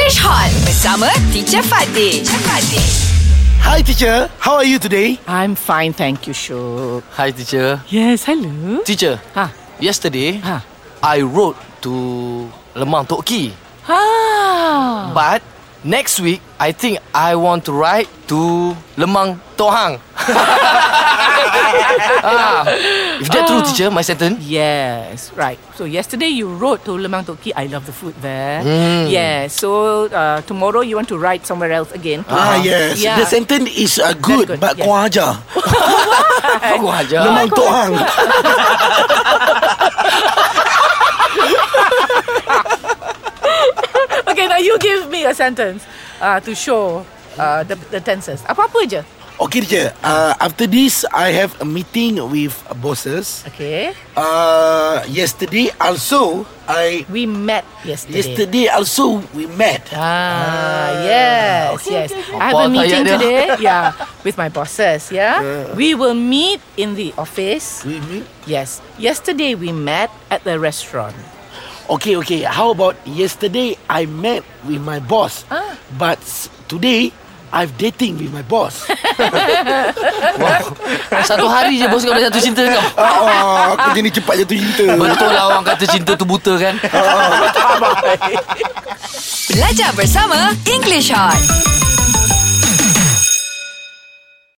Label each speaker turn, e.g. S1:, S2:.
S1: Fresh Hot bersama Teacher Fatih. Teacher Fatih.
S2: Hi teacher, how are you today?
S3: I'm fine, thank you, Syuk.
S4: Hi teacher.
S3: Yes, hello.
S4: Teacher,
S3: Ha.
S4: yesterday
S3: Ha.
S4: I rode to Lemang Tok Kee.
S3: Ah.
S4: But next week I think I want to ride to Lemang Tok Hang. ah, if that true teacher, my sentence.
S3: Yes, right. So yesterday you rode to Lemang Toki. I love the food there. Yes. Yeah. So uh, tomorrow you want to ride somewhere else again.
S2: Ah yes,
S3: Yeah.
S2: the sentence is uh, good,
S3: good,
S2: but
S3: yeah.
S2: kuah aja.
S3: Eh,
S4: Aku aja.
S2: Lemang toang.
S3: Okay, now you give me a sentence uh, to show uh, the, the tenses. Apa-apa je.
S2: Okay teacher, uh, after this I have a meeting with bosses.
S3: Okay.
S2: Uh, yesterday also I
S3: We met yesterday.
S2: yesterday also we met.
S3: Ah,
S2: Oh.
S3: yes, yes. I
S4: Apa
S3: have a meeting
S4: tayak dia?
S3: today. Yeah, with my bosses. Yeah? we will meet in the office.
S2: We meet.
S3: Yes, yesterday we met at the restaurant.
S2: Okay, okay. How about yesterday I met with my boss,
S3: Ah.
S2: but s- today I'm dating with my boss.
S4: Satu hari je bos kau dah jatuh cinta kau.
S2: oh, aku jadi cepat jatuh cinta.
S4: Betul lah orang kata cinta tu buta kan.
S1: Belajar bersama English Hot.